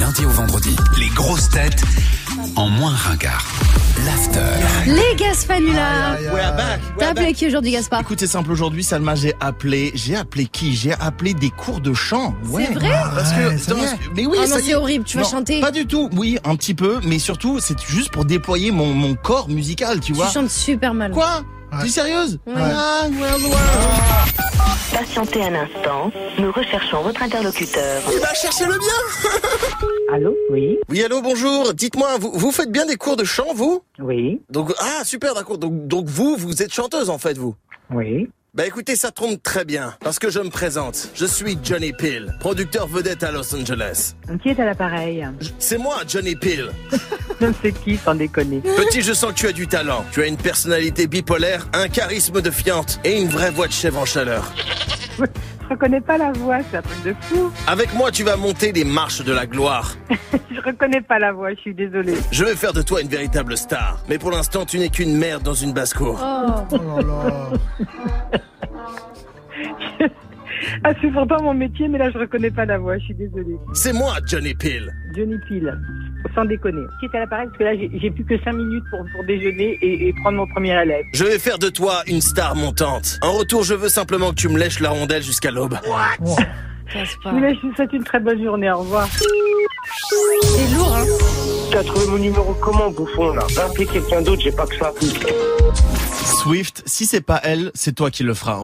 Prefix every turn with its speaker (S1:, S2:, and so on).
S1: lundi au vendredi. Les grosses têtes en moins ringard. L'after.
S2: Les Gaspanula
S3: We are back. We
S2: T'as
S3: are back.
S2: appelé qui aujourd'hui, Gaspard
S3: Écoute, c'est simple aujourd'hui, Salma, j'ai appelé, j'ai appelé qui J'ai appelé des cours de chant. Ouais. Ah,
S2: vrai
S3: Parce que,
S4: Ouais, c'est
S3: dans-
S4: vrai.
S3: mais oui,
S2: Oh
S3: ça
S2: non,
S3: y
S2: c'est
S3: est.
S2: horrible, tu vas
S3: Non,
S2: chanter.
S3: Pas du tout, oui, un petit peu, mais surtout, c'est juste pour déployer mon, mon corps musical,
S2: Tu
S3: tu vois.
S2: chantes super mal.
S3: Quoi
S4: Ouais.
S3: T'es sérieuse
S2: Ouais.
S3: Ah, well, well.
S5: Patientez un instant, nous recherchons votre interlocuteur.
S3: Il va chercher le bien
S6: Allô Oui,
S3: Oui, allô, bonjour. Dites-moi, vous, vous faites bien des cours de chant, vous
S6: oui,
S3: Donc, ah, super, d'accord. Donc, donc, vous, vous êtes chanteuse, en fait, vous
S6: oui.
S3: Bah écoutez, ça trompe très bien, parce que je me présente. Je suis Johnny Peel, producteur vedette à Los Angeles.
S6: Qui est à l'appareil
S3: Je- C'est moi, Johnny Peel.
S6: C'est qui, sans déconner
S3: Petit, je sens que tu as du talent. Tu as une personnalité bipolaire, un charisme de fiante et une vraie voix de chèvre en chaleur.
S6: Je reconnais pas la voix, c'est un truc de fou.
S3: Avec moi, tu vas monter les marches de la gloire.
S6: Je reconnais pas la voix, je suis désolée.
S3: Je vais faire de toi une véritable star. Mais pour l'instant, tu n'es qu'une merde dans une basse-cour.
S2: Oh,
S4: Oh là là.
S6: Ah, c'est pourtant mon métier, mais là, je reconnais pas la voix, je suis désolée.
S3: C'est moi, Johnny Peel.
S6: Johnny Peel, sans déconner. Qui est à l'appareil Parce que là, j'ai j'ai plus que 5 minutes pour, pour déjeuner et, et prendre mon premier élève.
S3: Je vais faire de toi une star montante. En retour, je veux simplement que tu me lèches la rondelle jusqu'à l'aube.
S2: Gaspard.
S6: Je vous laisse, je vous souhaite une très bonne journée, au revoir.
S2: C'est lourd, hein
S7: T'as trouvé mon numéro comment, bouffon, là Va appeler quelqu'un d'autre, j'ai pas que ça.
S3: Swift, si c'est pas elle, c'est toi qui le feras.